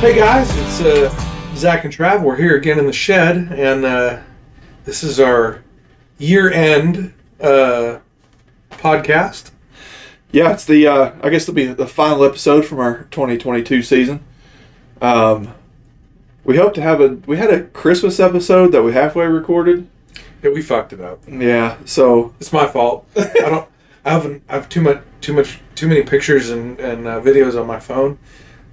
Hey guys, it's uh, Zach and Trav. We're here again in the shed, and uh, this is our year-end uh, podcast. Yeah, it's the uh, I guess it'll be the final episode from our 2022 season. Um, we hope to have a we had a Christmas episode that we halfway recorded. Yeah, we fucked it up. Yeah, so It's my fault. I don't. I haven't. I have too much. Too much. Too many pictures and and uh, videos on my phone.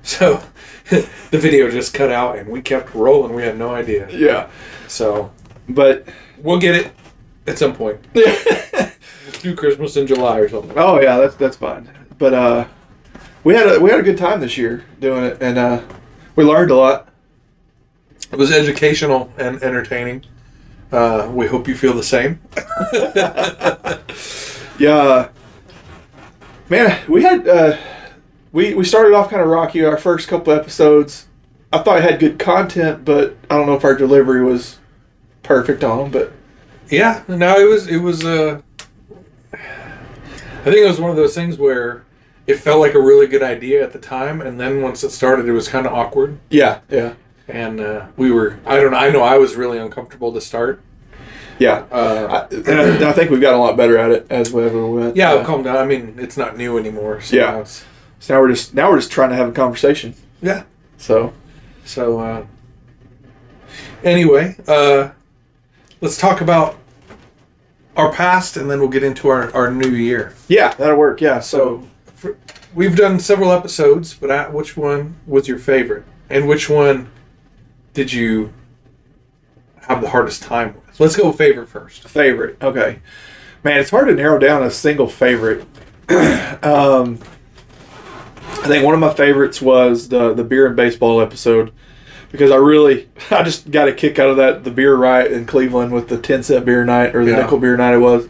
So the video just cut out, and we kept rolling. We had no idea. yeah, So but we'll get it at some point. Do Christmas in July or something. oh yeah, that's that's fine. But uh, we had a we had a good time this year doing it, and uh, we learned a lot. It was educational and entertaining. Uh, we hope you feel the same. Yeah, man, we had uh, we we started off kind of rocky our first couple episodes. I thought I had good content, but I don't know if our delivery was perfect on them. But yeah, no, it was it was. Uh, I think it was one of those things where it felt like a really good idea at the time, and then once it started, it was kind of awkward. yeah, yeah, And uh, we were, I don't know, I know I was really uncomfortable to start. yeah. Uh, I, and I, I think we've gotten a lot better at it as we ever went. yeah, I've Uh, calmed down. I mean, it's not new anymore. So Yeah. now it's- so now we're just now we're just trying to have a conversation. yeah. So So uh, anyway, uh, let's talk about our past, and then we'll get into our, our new year. yeah, that'll work. Yeah. So for, we've done several episodes, but I, which one was your favorite, and which one did you have the hardest time with? Let's go favorite first. favorite. Okay, man, it's hard to narrow down a single favorite. um, I think one of my favorites was the the beer and baseball episode because I really I just got a kick out of that the beer riot in Cleveland with the ten cent beer night or the Yeah. nickel beer night it was,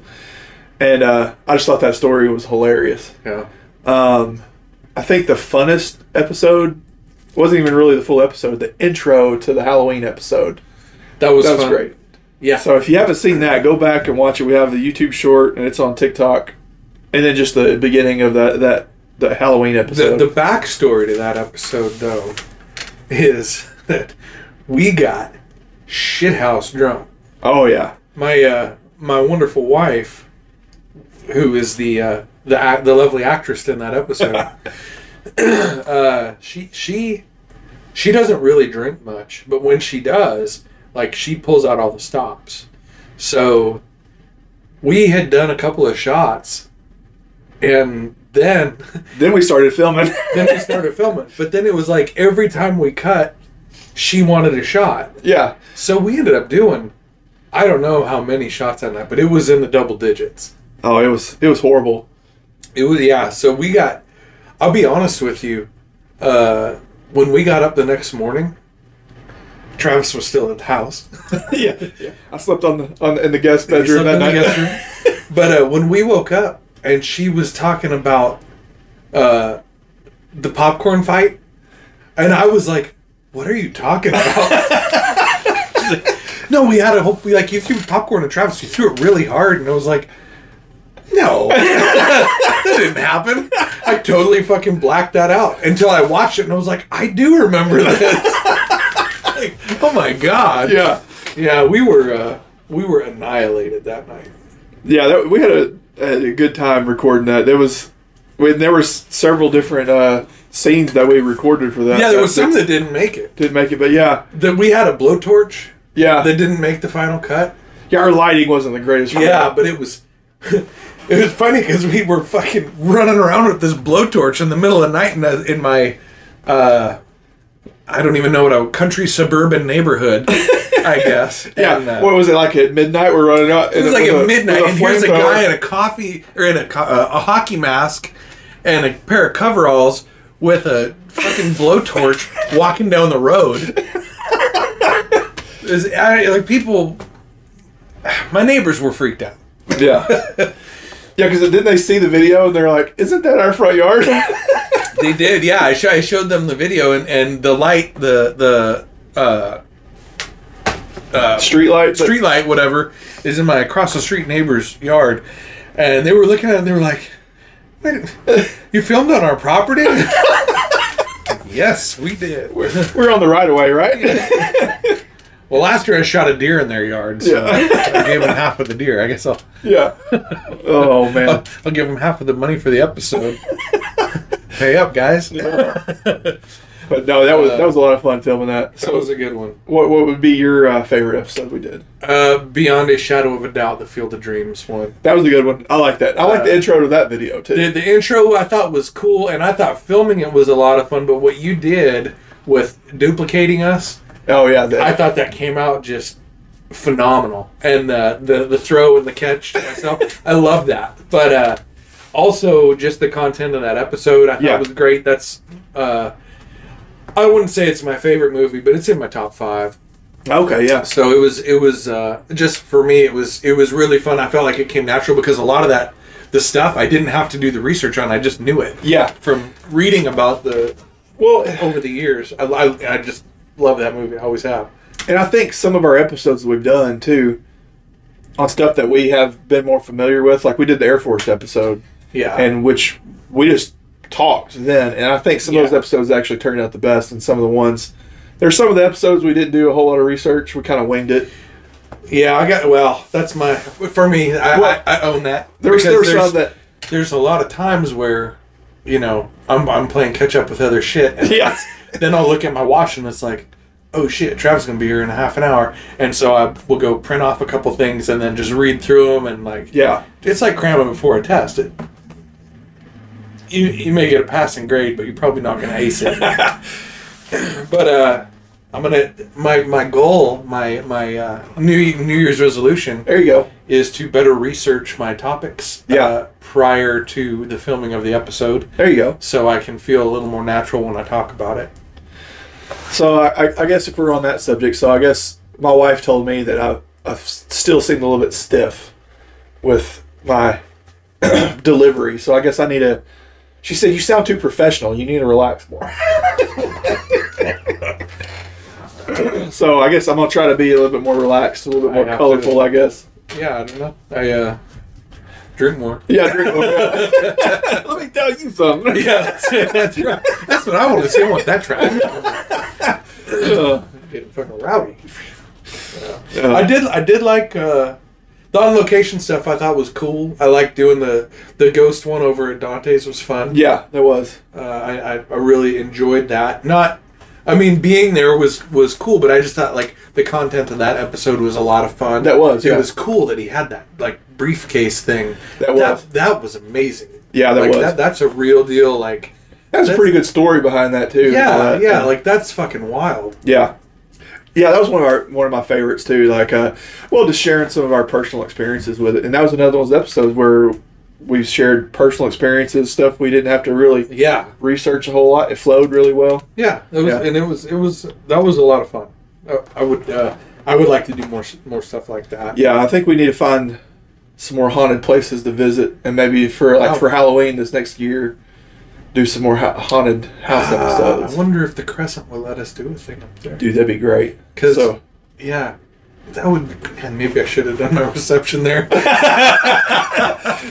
and uh, I just thought that story was hilarious. Yeah, Um, I think the funnest episode wasn't even really the full episode. The intro to the Halloween episode that was that was fun. great. Yeah, So if you haven't seen that, go back and watch it. We have the YouTube short, and it's on TikTok, and then just the beginning of that that the Halloween the episode. the backstory to that episode though is that we got shithouse drunk. oh yeah, my uh, my wonderful wife, who is the uh, the ac- the lovely actress in that episode, uh, she she she doesn't really drink much, but when she does, like she pulls out all the stops. So we had done a couple of shots, and then then we started filming. then we started filming. But then it was like every time we cut, she wanted a shot. yeah, So we ended up doing, I don't know how many shots on that, but it was in the double digits. oh it was it was horrible. It was yeah. So we got. I'll be honest with you. Uh, when we got up the next morning, Travis was still at the house. yeah, I slept on the on the, in the guest He bedroom slept in that the night. guest room. but uh, when we woke up and she was talking about uh, the popcorn fight, and I was like, "What are you talking about?" She's like, no, we had a hope. We like you threw popcorn at Travis. You threw it really hard, and I was like, "No, that didn't happen." I totally fucking blacked that out until I watched it, and I was like, "I do remember this." Like, oh my god! yeah, Yeah, we were uh, we were annihilated that night. yeah, that, we had a, a good time recording that. There was when there were s- several different uh, scenes that we recorded for that. Yeah, there was some that didn't make it. didn't make it, but yeah, That we had a blowtorch yeah, that didn't make the final cut. yeah. Our lighting wasn't the greatest. Yeah, but it was it was funny because we were fucking running around with this blowtorch in the middle of the night in, a, in my uh, I don't even know what a country suburban neighborhood. I guess. Yeah, And, uh, what was it like at midnight? We're running out. It was like at midnight, and here's a guy in And a coffee or in a co- uh, a hockey mask and a pair of coveralls with a fucking blowtorch walking down the road. It was- I, like people, my neighbors were freaked out. flame- yeah, yeah, because didn't they see the video and they're like, "Isn't that our front yard?" They did, yeah. I, sho- I showed them the video and, and the light, the the uh, street lights. street light, whatever, is in my across the street neighbor's yard, and they were looking at it and they were like, Wait, "You filmed on our property?" Yes, we did. We're, we're on the right of way, right? Well, last year I shot a deer in their yard. So I gave him half of the deer. I guess I'll, yeah. Oh man. I'll, I'll give him half of the money for the episode. Pay up, guys. that But no, that was that was a lot of fun filming that. So, uh, was a good one. what what would be your uh, favorite episode we did? Uh, Beyond a shadow of a doubt, the Field of Dreams one. That was a good one. I like that. I Uh, like the intro to that video too. The, the intro I thought was cool, and I thought filming it was a lot of fun. But what you did with duplicating us, oh yeah, that, I thought that came out just phenomenal. And uh, the the throw and the catch to myself, I love that. But uh, also just the content of that episode, I thought Yeah. was great. That's uh, I wouldn't say it's my favorite movie, but it's in my top five. okay, yeah, So it was it was uh, just for me it was it was really fun. I felt like it came natural because a lot of that the stuff I didn't have to do the research on. I just knew it yeah. from reading about the Well, over the years. I, I, I just love that movie. I always have. And I think some of our episodes we've done too on stuff that we have been more familiar with, like we did the Air Force episode, Yeah. and which we just talked then. And I think some of Yeah. those episodes actually turned out the best, and some of the ones. There's some of the episodes we didn't do a whole lot of research. We kind of winged it. Yeah, I got well. That's my for me. I, Well, I, I own that. There was, there Because was some that there's a lot of times where, you know, I'm I'm playing catch up with other shit. And Yeah. Then I'll look at my watch and it's like, oh shit, Travis is gonna be here in a half an hour, and so I will go print off a couple things and then just read through them and like, yeah, it's like cramming before a test. It, you you may get a passing grade, but you're probably not gonna ace it. but uh. I'm gonna my my goal my my uh, new New Year's resolution there you go. is to better research my topics uh, Yeah. prior to the filming of the episode There you go. so I can feel a little more natural when I talk about it. So I, I- I guess if we're on that subject, so I guess my wife told me that I, I've still seemed a little bit stiff with my delivery. So I guess I need to. She said, "You sound too professional. You need to relax more." so I guess I'm gonna try to be a little bit more relaxed, a little bit I more have colorful. to. I guess. Yeah, I don't know. I uh, drink more. Yeah, drink a little bit. Let me tell you something. Yeah, that's, that's right. That's what I want to see. I want that track. Uh, Getting fucking rowdy. uh, I did. I did like uh, the on location stuff. I thought was cool. I liked doing the the ghost one over at Dante's. Was fun. yeah, there was. Uh, I, I, I really enjoyed that. Not, I mean, being there was was cool, but I just thought like the content of that episode was a lot of fun. That was, It yeah. was cool that he had that like briefcase thing. That was. That, was amazing. Yeah, that like, was. That, that's a real deal. Like, That was a That's- pretty good story behind that too. yeah, Uh, yeah, like that's fucking wild. Yeah. Yeah, that was one of our one of my favorites too. Like, uh, well, just sharing some of our personal experiences with it, and that was another one of those episodes where we shared personal experiences, stuff we didn't have to really Yeah, research a whole lot. It flowed really well. yeah. It was, Yeah. and it was, it was. That was a lot of fun. Uh, I would, uh, I would like to do more, s- more stuff like that. Yeah, I think we need to find some more haunted places to visit, and maybe for like Wow. for Halloween this next year, do some more ha- haunted house Uh, I episodes. wonder if the Crescent will let us do a thing up there. Dude, that'd be great. 'Cause- So- Yeah. That would, and maybe I should have done my reception there.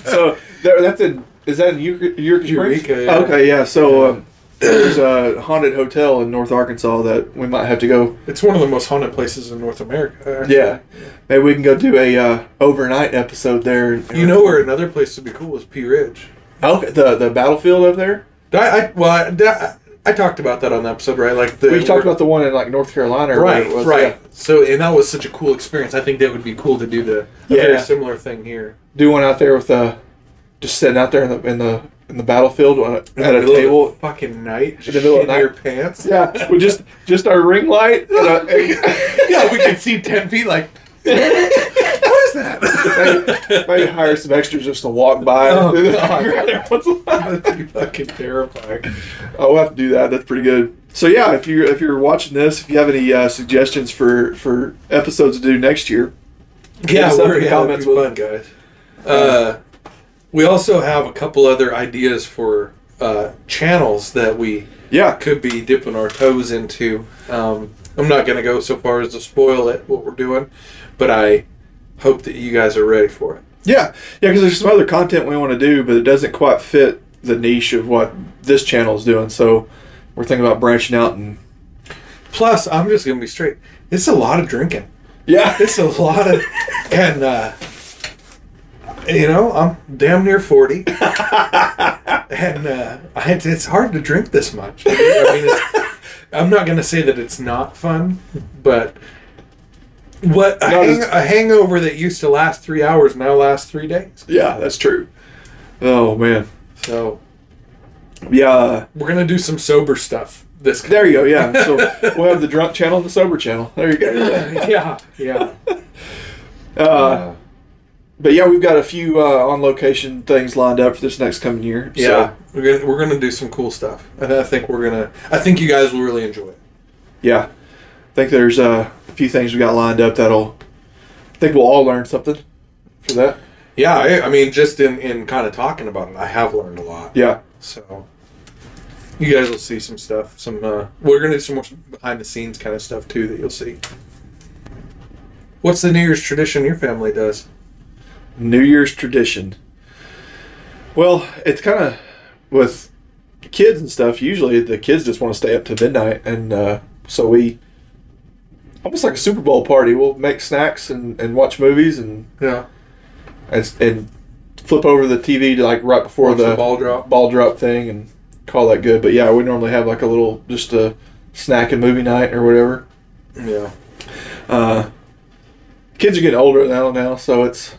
so there, that's in is that in Eureka? Eureka Springs? Eureka, yeah. Okay, yeah. So um, there's a haunted hotel in North Arkansas that we might have to go. It's one of the most haunted places in North America. actually. Yeah, maybe we can go do a uh, overnight episode there. and- You know where another place would be cool is P Ridge. Okay, the the battlefield over there. Did I, I well, I, did I, I talked about that on the episode, right? Like the We talked about the one in like North Carolina. or where right, it was, right. yeah. So, and that was such a cool experience. I think that would be cool to do the a very Yeah. similar thing here. Do one out there with uh, just sitting out there in the in the in the battlefield on a, at In the a middle of the table. fucking night, the middle of shit night. your pants. Yeah, with just uh, just our ring light. And a, yeah, we could see ten feet. Like, what is that? maybe, maybe hire some extras just to walk by. Oh, and God. Once in a while. That'd be fucking terrifying. I'll have to do that. That's pretty good. So yeah, if you if you're watching this, if you have any uh, suggestions for for episodes to do next year, yeah, us up we're in the yeah, comments comments with- fun, guys. Uh, we also have a couple other ideas for uh, channels that we yeah, could be dipping our toes into. Um, I'm not going to go so far as to spoil it what we're doing, but I hope that you guys are ready for it. yeah, yeah, because there's some other content we want to do, but it doesn't quite fit the niche of what this channel is doing. So we're thinking about branching out and Plus, I'm just gonna be straight. It's a lot of drinking. yeah, It's a lot of, and uh, you know, I'm damn near forty, and uh, I, it's- it's hard to drink this much. I mean, it's, I'm not gonna say that it's not fun, but what a, No, hang, it's- a hangover that used to last three hours now lasts three days. yeah, that's true. Oh man, So yeah. we're gonna do some sober stuff. This There you go. Yeah, so we'll have the drunk channel and the sober channel. There you go. yeah, yeah. Uh, but yeah, we've got a few uh, on location things lined up for this next coming year. so- Yeah, we're gonna we're gonna do some cool stuff, and I think we're gonna. I think you guys will really enjoy it. yeah, I think there's uh, a few things we got lined up that'll. I think we'll all learn something for that. Yeah, I, I mean, just in in kind of talking about it, I have learned a lot. Yeah, So you guys will see some stuff. Some uh, we're gonna do some more behind the scenes kind of stuff too that you'll see. What's the New Year's tradition your family does? New Year's tradition. Well, it's kind of with kids and stuff. Usually, the kids just want to stay up to midnight, and uh, so we almost like a Super Bowl party. We'll make snacks and, and watch movies and Yeah, and, and flip over the TV to like right before Watch the, the ball drop. ball drop thing and call that good. But yeah, we normally have like a little just a snack and movie night or whatever. yeah, Uh, kids are getting older now now, so it's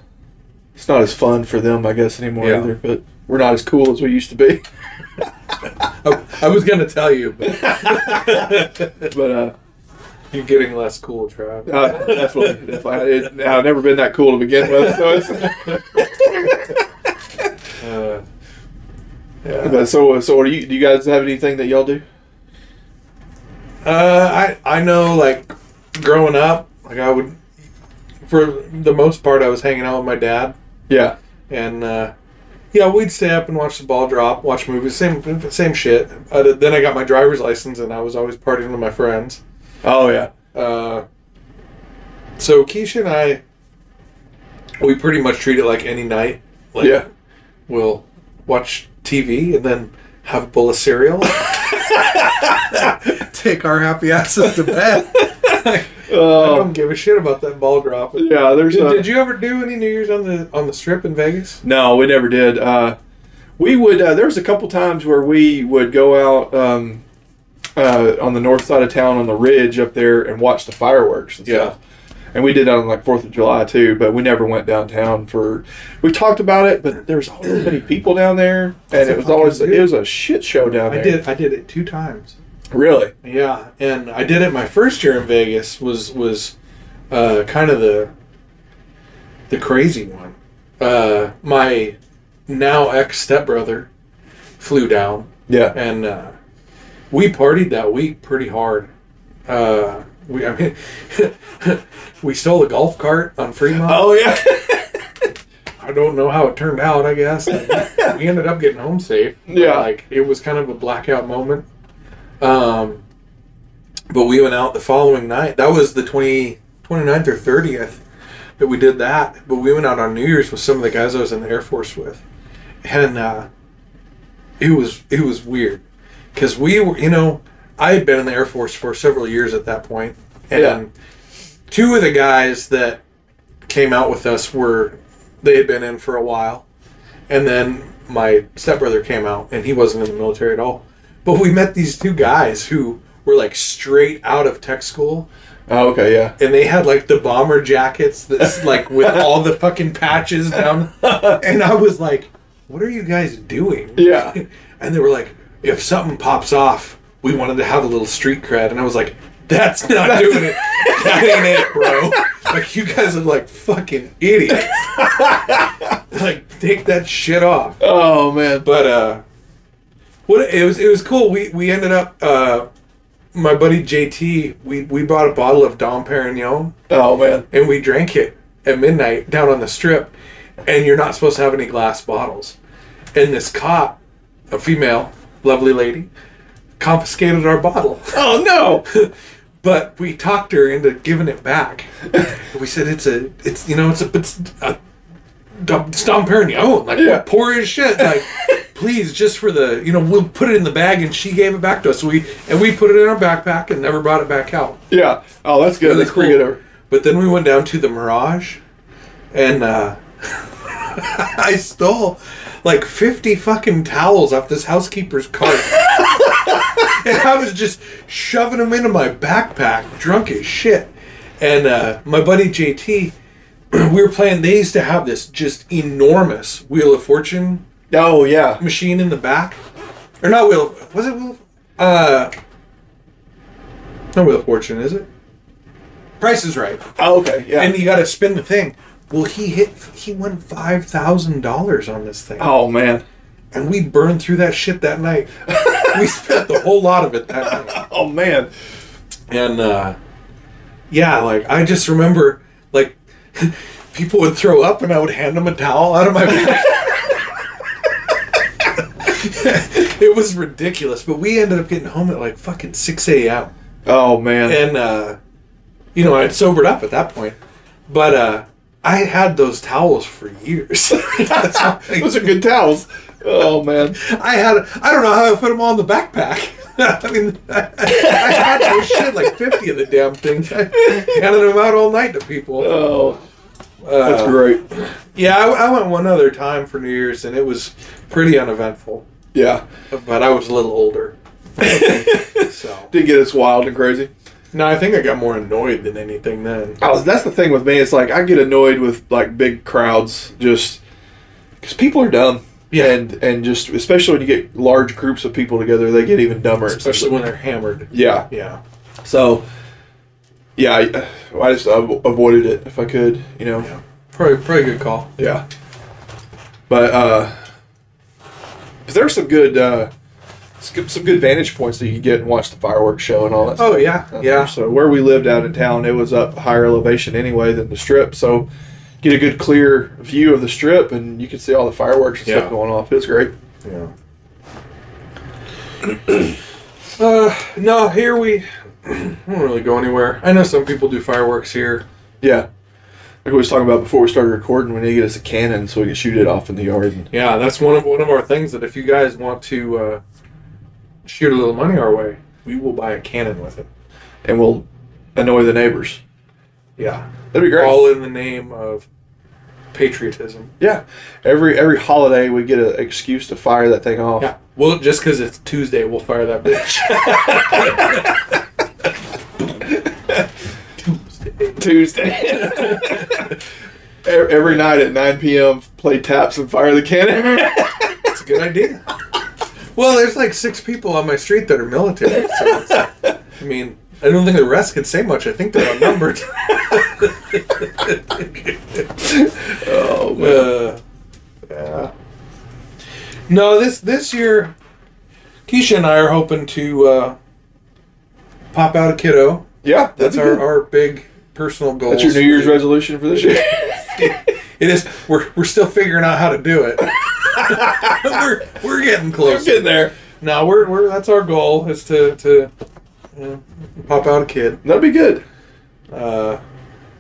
it's not as fun for them, I guess, anymore Yeah. either. But we're not as cool as we used to be. I, I was gonna tell you, but But uh, you're getting less cool, Trav. uh definitely, definitely. It, I've never been that cool to begin with, so it's. Uh, yeah. But so, so what do you? Do you guys have anything that y'all do? Uh, I I know like growing up, like I would for the most part I was hanging out with my dad Yeah, and uh, yeah, we'd stay up and watch the ball drop, watch movies, same same shit. Uh, then I got my driver's license and I was always partying with my friends. Oh yeah. Uh, so Keisha and I, we pretty much treat it like any night. Like, Yeah. We'll watch TV and then have a bowl of cereal. Take our happy asses to bed. I Uh, don't give a shit about that ball drop. Did, yeah, there's a, did you ever do any New Year's on the on the strip in Vegas? No, we never did. Uh, we would. Uh, there was a couple times where we would go out um, uh, on the north side of town on the ridge up there and watch the fireworks. And stuff. And we did that on like Fourth of July too, but we never went downtown for. We talked about it, but there was always so many people down there, and a it was always fucking- it was a shit show down I there. did. I did it two times. really. Yeah, and I did it my first year in Vegas was was uh, kind of the the crazy one. Uh, my now ex stepbrother flew down Yeah. and uh, we partied that week pretty hard. Uh, we I mean we stole a golf cart on Fremont. Oh yeah. I don't know how it turned out. I guess Like, we ended up getting home safe. But, Yeah. like it was kind of a blackout moment. Um, but we went out the following night. That was the 20, 29th or thirtieth that we did that. But we went out on New Year's with some of the guys I was in the Air Force with, and uh, it was it was weird because we were you know I had been in the Air Force for several years at that point, and Yeah. two of the guys that came out with us were they had been in for a while and then my stepbrother came out and he wasn't in the military at all but we met these two guys who were like straight out of tech school oh okay. Yeah. and they had like the bomber jackets that's like with all the fucking patches down and i was like what are you guys doing Yeah. and they were like if something pops off we wanted to have a little street cred and i was like that's not doing it that ain't it bro like you guys are like fucking idiots like take that shit off Oh man. but uh what it was it was cool we we ended up uh my buddy JT we we bought a bottle of Dom Perignon Oh man. and we drank it at midnight down on the strip and you're not supposed to have any glass bottles and this cop a female lovely lady confiscated our bottle Oh no. but we talked her into giving it back. we said it's a, it's you know, it's a, it's a, Dom Dom Perignon, like Yeah. poor as shit, like please, just for the, you know, we'll put it in the bag, and she gave it back to us. We and we put it in our backpack and never brought it back out. Yeah. Oh, that's good. Really that's pretty cool. good. But then we went down to the Mirage, and uh, I stole like fifty fucking towels off this housekeeper's cart, and I was just shoving them into my backpack, drunk as shit. And uh, my buddy JT, we were playing. They used to have this just enormous Wheel of Fortune Oh yeah. machine in the back, or not Wheel? Of, was it Wheel? Of, uh, no Wheel of Fortune, is it? Price is Right Oh, okay. Yeah. and you got to spin the thing. Well, he hit. He won five thousand dollars on this thing, oh man. and we burned through that shit that night. we spent the whole lot of it that night, Oh man. and uh, yeah, like I just remember, like people would throw up, and I would hand them a towel out of my bag. it was ridiculous, but we ended up getting home at like fucking six a.m. Oh man. and uh, you know I'd sobered up at that point, but uh, I had those towels for years. That's how Those I, are good towels. Oh man. I had I don't know how I put them all in the backpack. I mean, I, I had those shit like fifty of the damn things. I handed them out all night to people. Uh, Oh. That's great. Yeah, I, I went one other time for New Year's and it was pretty uneventful, Yeah. but I was a little older. so Did get us wild and crazy. no, I think I got more annoyed than anything then. Oh, that's the thing with me. It's like I get annoyed with like big crowds just because people are dumb. Yeah. And and just especially when you get large groups of people together, they get even dumber. Especially when they're hammered. Yeah. Yeah. So. Yeah, I, I just avo- avoided it if I could. You know. Yeah. Probably, probably good call. Yeah. But uh 'cause there are some good uh sk- some good vantage points that you can get and watch the fireworks show and all that. Oh yeah, stuff. yeah, So where we lived out in town, it was up higher elevation anyway than the strip, so get a good clear view of the strip and you can see all the fireworks and Yeah. stuff going off. It was great. yeah. uh, no, here we, we don't really go anywhere. I know some people do fireworks here. Yeah. Like we was talking about before we started recording, we need to get us a cannon so we can shoot it off in the yard. And, Yeah, that's one of one of our things that if you guys want to uh, shoot a little money our way, we will buy a cannon with it. and we'll annoy the neighbors. Yeah, That'd be great. all in the name of patriotism. yeah. Every every holiday we get an excuse to fire that thing off. Yeah, well, just because it's Tuesday, we'll fire that bitch. Tuesday. E- Every night at 9 p.m., play taps and fire the cannon. It's a good idea. well, there's like six people on my street that are military. So it's, I mean, I don't think the rest could say much. I think they're outnumbered. oh, uh, yeah. No, this this year, Keisha and I are hoping to uh, pop out a kiddo. Yeah, That's that'd be our, good. our big personal goal. That's your New Year's resolution for this year. It is. We're, we're still figuring out how to do it. we're, we're getting close. I'm getting there. No, we're, we're that's our goal is to to you know, pop out a kid. That'd be good. Uh,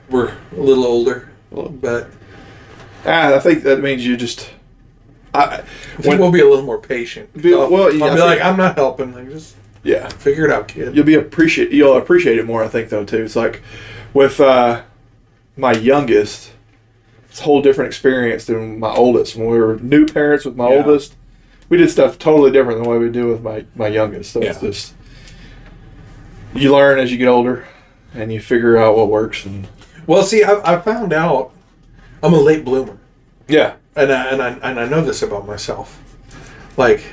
we're a little older, but Ah, I think that means you just. I, I think when, we'll be a little more patient. Be- well, yeah, I'll I be like, think- I'm not helping. Like, just yeah, figure it out, kid. you'll be appreciate. You'll appreciate it more, I think, though. Too. It's like with uh, my youngest, it's a whole different experience than my oldest. When we were new parents with my Yeah. oldest, we did stuff totally different than the way we do with my my youngest. So it's Yeah. just you learn as you get older, and you figure out what works. And Well, see, I, I found out I'm a late bloomer, yeah, and I, and I and I know this about myself. Like,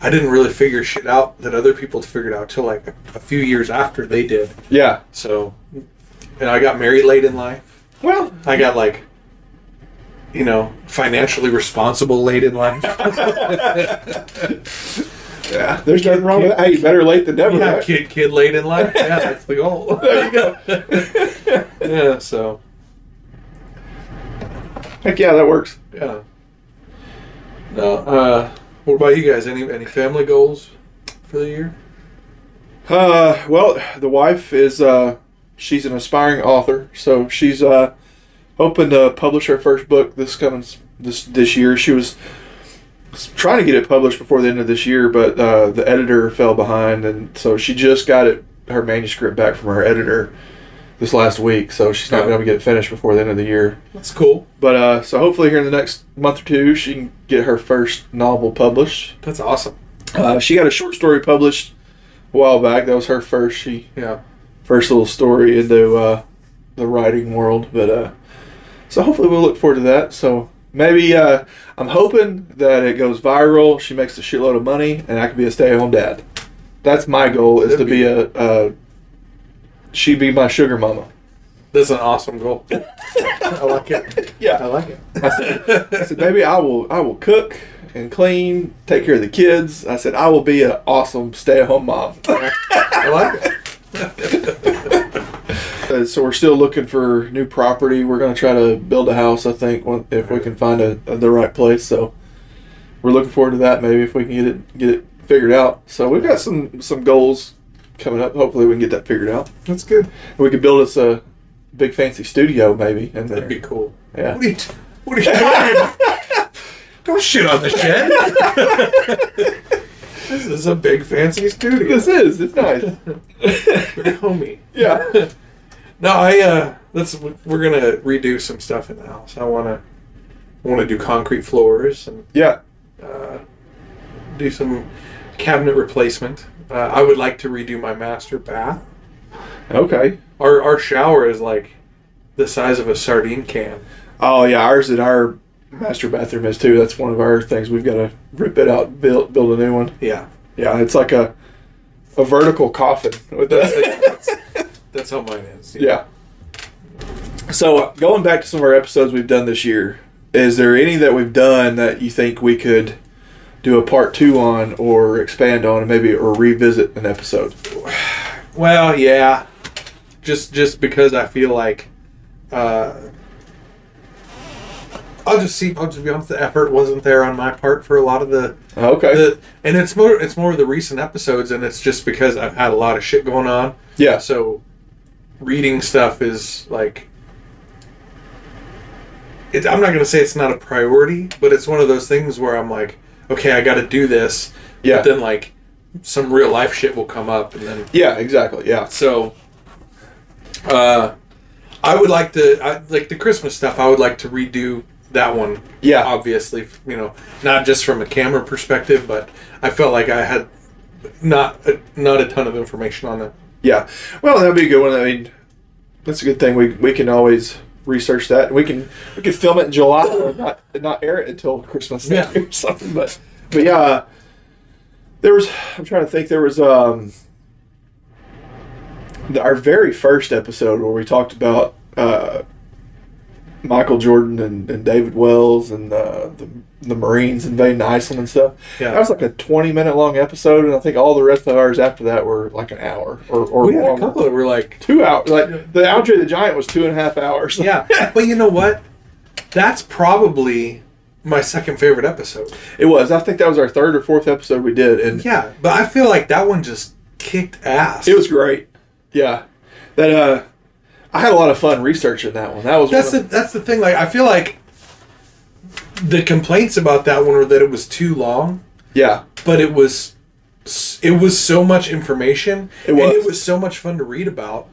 I didn't really figure shit out that other people figured out till like a few years after they did. yeah. So, and I got married late in life. Well, I got like, you know, financially responsible late in life. yeah. There's nothing wrong with that. Hey, better late than never. yeah, right? kid, kid late in life. Yeah, that's the goal. There you go. yeah, so Heck yeah, that works. yeah. No, uh, what about you guys? Any any family goals for the year? Uh, well, the wife is uh, she's an aspiring author, so she's uh, hoping to publish her first book this coming s- this this year. She was was trying to get it published before the end of this year, but uh, the editor fell behind, and so she just got it her manuscript back from her editor this last week. So she's not Oh. going to get it finished before the end of the year. That's cool. But uh, so hopefully here in the next month or two, she can get her first novel published. That's awesome. Uh, she got a short story published a while back. That was her first. She Yeah. first little story into uh, the writing world. But uh, so hopefully we'll look forward to that. So maybe uh, I'm hoping that it goes viral. She makes a shitload of money, and I can be a stay-at-home dad. That's my goal is to That'd be be- a. Uh, she be my sugar mama. That's an awesome goal. I like it. Yeah. I like it. I said, I said, baby, I will, I will cook and clean, take care of the kids. I said, I will be an awesome stay-at-home mom. I like it. Uh, so we're still looking for new property. We're going to try to build a house, I think, when- if we can find a, the right place. So we're looking forward to that. Maybe if we can get it get it figured out. So we've got some some goals coming up. Hopefully we can get that figured out. That's good. We could build us a big fancy studio, maybe. And That'd be cool. Yeah. What are you? T- what are you doing? Don't shit on the shed. this is a big fancy studio. this is it's nice. Very homey. yeah. No, I. uh That's we're gonna redo some stuff in the house. I wanna want to do concrete floors and Yeah. uh, do some cabinet replacement. Uh, I would like to redo my master bath. Okay. Our our shower is like the size of a sardine can. Oh yeah, ours at our master bathroom is too. That's one of our things. We've got to rip it out, build build a new one. Yeah. Yeah, it's like a a vertical coffin with that. That's how mine is. yeah. So uh, going back to some of our episodes we've done this year, is there any that we've done that you think we could do a part two on, or expand on, and maybe or revisit an episode? Well, yeah. Just just because I feel like uh I'll just see I'll just be honest the effort wasn't there on my part for a lot of the, Okay. the and it's more it's more of the recent episodes and it's just because I've had a lot of shit going on. yeah. So reading stuff is like it, I'm not gonna say it's not a priority, but it's one of those things where I'm like, okay, I gotta do this. Yeah. But then like some real life shit will come up and then Yeah. Exactly. Yeah. so, uh, I would like to I, like the Christmas stuff. I would like to redo that one. Yeah. obviously, you know, not just from a camera perspective, but I felt like I had not a, not a ton of information on it. Yeah. Well, that'd be a good one. I mean, that's a good thing. We we can always research that. We can we can film it in July and not not air it until Christmas Yeah. or something. But but yeah, uh, there was. I'm trying to think. There was um the, our very first episode where we talked about uh, Michael Jordan and, and David Wells and uh, the the Marines invading Iceland and stuff. Yeah. That was like a 20 minute long episode, and I think all the rest of ours after that were like an hour or, or We had a longer. couple that were like, Two hours. Like the Andre the Giant was two and a half hours. yeah, but you know what? That's probably my second favorite episode. It was. I think that was our third or fourth episode we did, and Yeah, but I feel like that one just kicked ass. it was great. Yeah. That, uh, I had a lot of fun researching that one. That was That's the one of- that's the thing. Like I feel like the complaints about that one were that it was too long, yeah. but it was it was so much information It and was. it was so much fun to read about.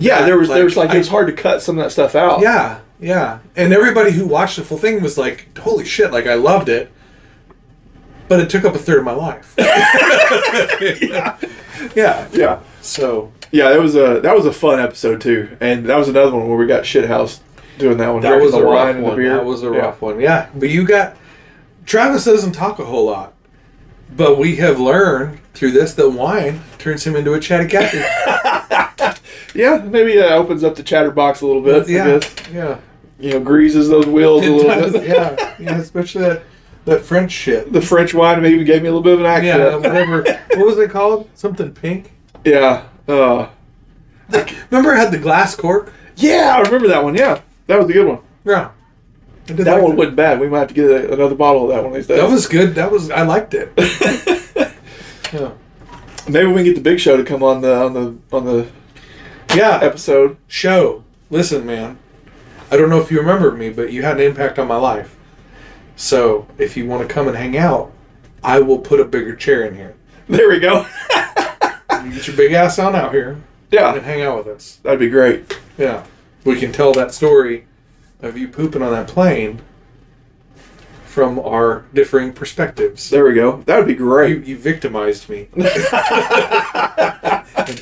Yeah, there was, there was Like, like, it was hard to cut some of that stuff out. Yeah, yeah. And everybody who watched the full thing was like, "Holy shit, like I loved it." But it took up a third of my life. yeah. Yeah. Yeah. So Yeah, that was a that was a fun episode too, and that was another one where we got shithoused doing that one. that drinking was the a wine rough and the one. beer. That was a Yeah. rough one. Yeah, but you got Travis doesn't talk a whole lot, but we have learned through this that wine turns him into a chatty Cathy. Yeah, maybe that opens up the chatterbox a little bit. Yeah. yeah, yeah, You know, greases those wheels a It little does, bit. yeah, yeah. Especially that that French shit. The French wine even gave me a little bit of an Yeah, accent. whatever. What was it called? Something pink. Yeah. Uh, Remember, it had the glass cork. yeah, I remember that one. Yeah, that was a good one. Yeah, I did That like one wasn't bad. We might have to get a, another bottle of that one of these days. That was good. That was I liked it. Yeah, maybe we can get the Big Show to come on the on the on the yeah. episode. show. Listen, man, I don't know if you remember me, but you had an impact on my life. So if you want to come and hang out, I will put a bigger chair in here. There we go. You get your big ass on out here and yeah, hang out with us. that'd be great. Yeah. We can tell that story of you pooping on that plane from our differing perspectives. There we go. That would be You, great. you victimized me. and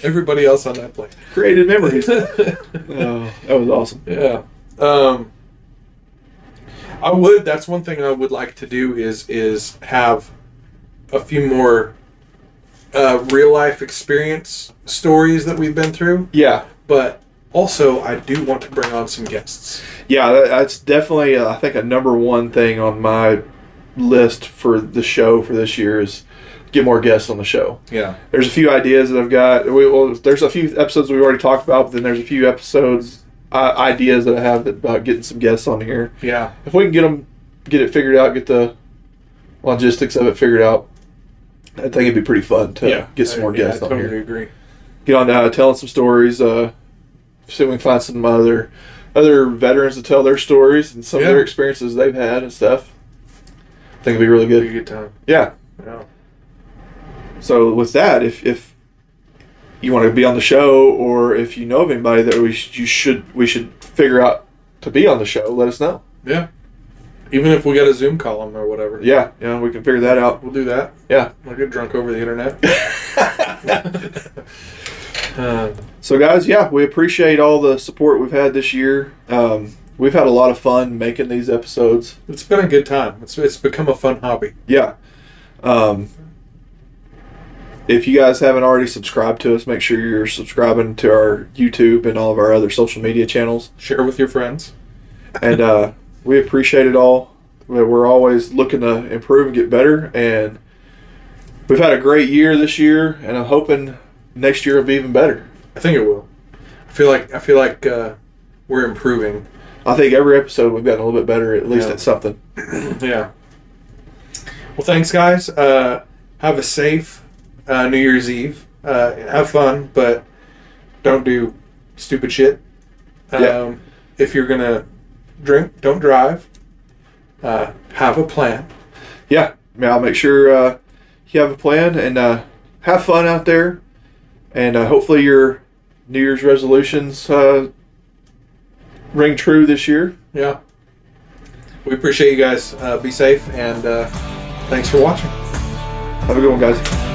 everybody else on that plane. Created memories. oh, that was awesome. Yeah. Um, I would. That's one thing I would like to do is is have a few more uh, real life experience stories that we've been through. Yeah, But also, I do want to bring on some guests. yeah. That, that's definitely uh, I think a number one thing on my list for the show for this year is get more guests on the show. Yeah. There's a few ideas that I've got. We, well, there's a few episodes we've already talked about, but then there's a few episodes uh, ideas that I have about getting some guests on here. Yeah. If we can get them, get it figured out, get the logistics of it figured out, I think it'd be pretty fun to get some more Yeah, guests I on totally here. agree. Get on uh, telling some stories. Uh, see if we can find some other other veterans to tell their stories and some of Yeah. their experiences they've had and stuff. I think it'd be really It'll be a good. good time. Yeah. Yeah. So with that, if if you want to be on the show, or if you know of anybody that we sh- you should we should figure out to be on the show, let us know. Yeah. Even if we got a Zoom column or whatever. Yeah, yeah, we can figure that out. We'll do that. Yeah. I'll get drunk over the internet. uh, so guys, yeah, we appreciate all the support we've had this year. Um, we've had a lot of fun making these episodes. It's been a good time. It's it's become a fun hobby. Yeah. Um, if you guys haven't already subscribed to us, make sure you're subscribing to our YouTube and all of our other social media channels. Share with your friends. and uh, we appreciate it all. We're we're always looking to improve and get better, and we've had a great year this year, and I'm hoping next year will be even better. I think it will. I feel like I feel like uh, we're improving. I think every episode we've gotten a little bit better, at least Yeah. at something. Yeah. Well, thanks, guys. Uh, have a safe uh, New Year's Eve. Uh, have fun, but don't do stupid shit. Um, Yeah. If you're gonna drink, don't drive. Uh, have a plan. Yeah, I mean, I'll make sure uh, you have a plan and uh, have fun out there, and uh, hopefully your New Year's resolutions uh, ring true this year. Yeah. We appreciate you guys. Uh, be safe and uh, thanks for watching. Have a good one, guys.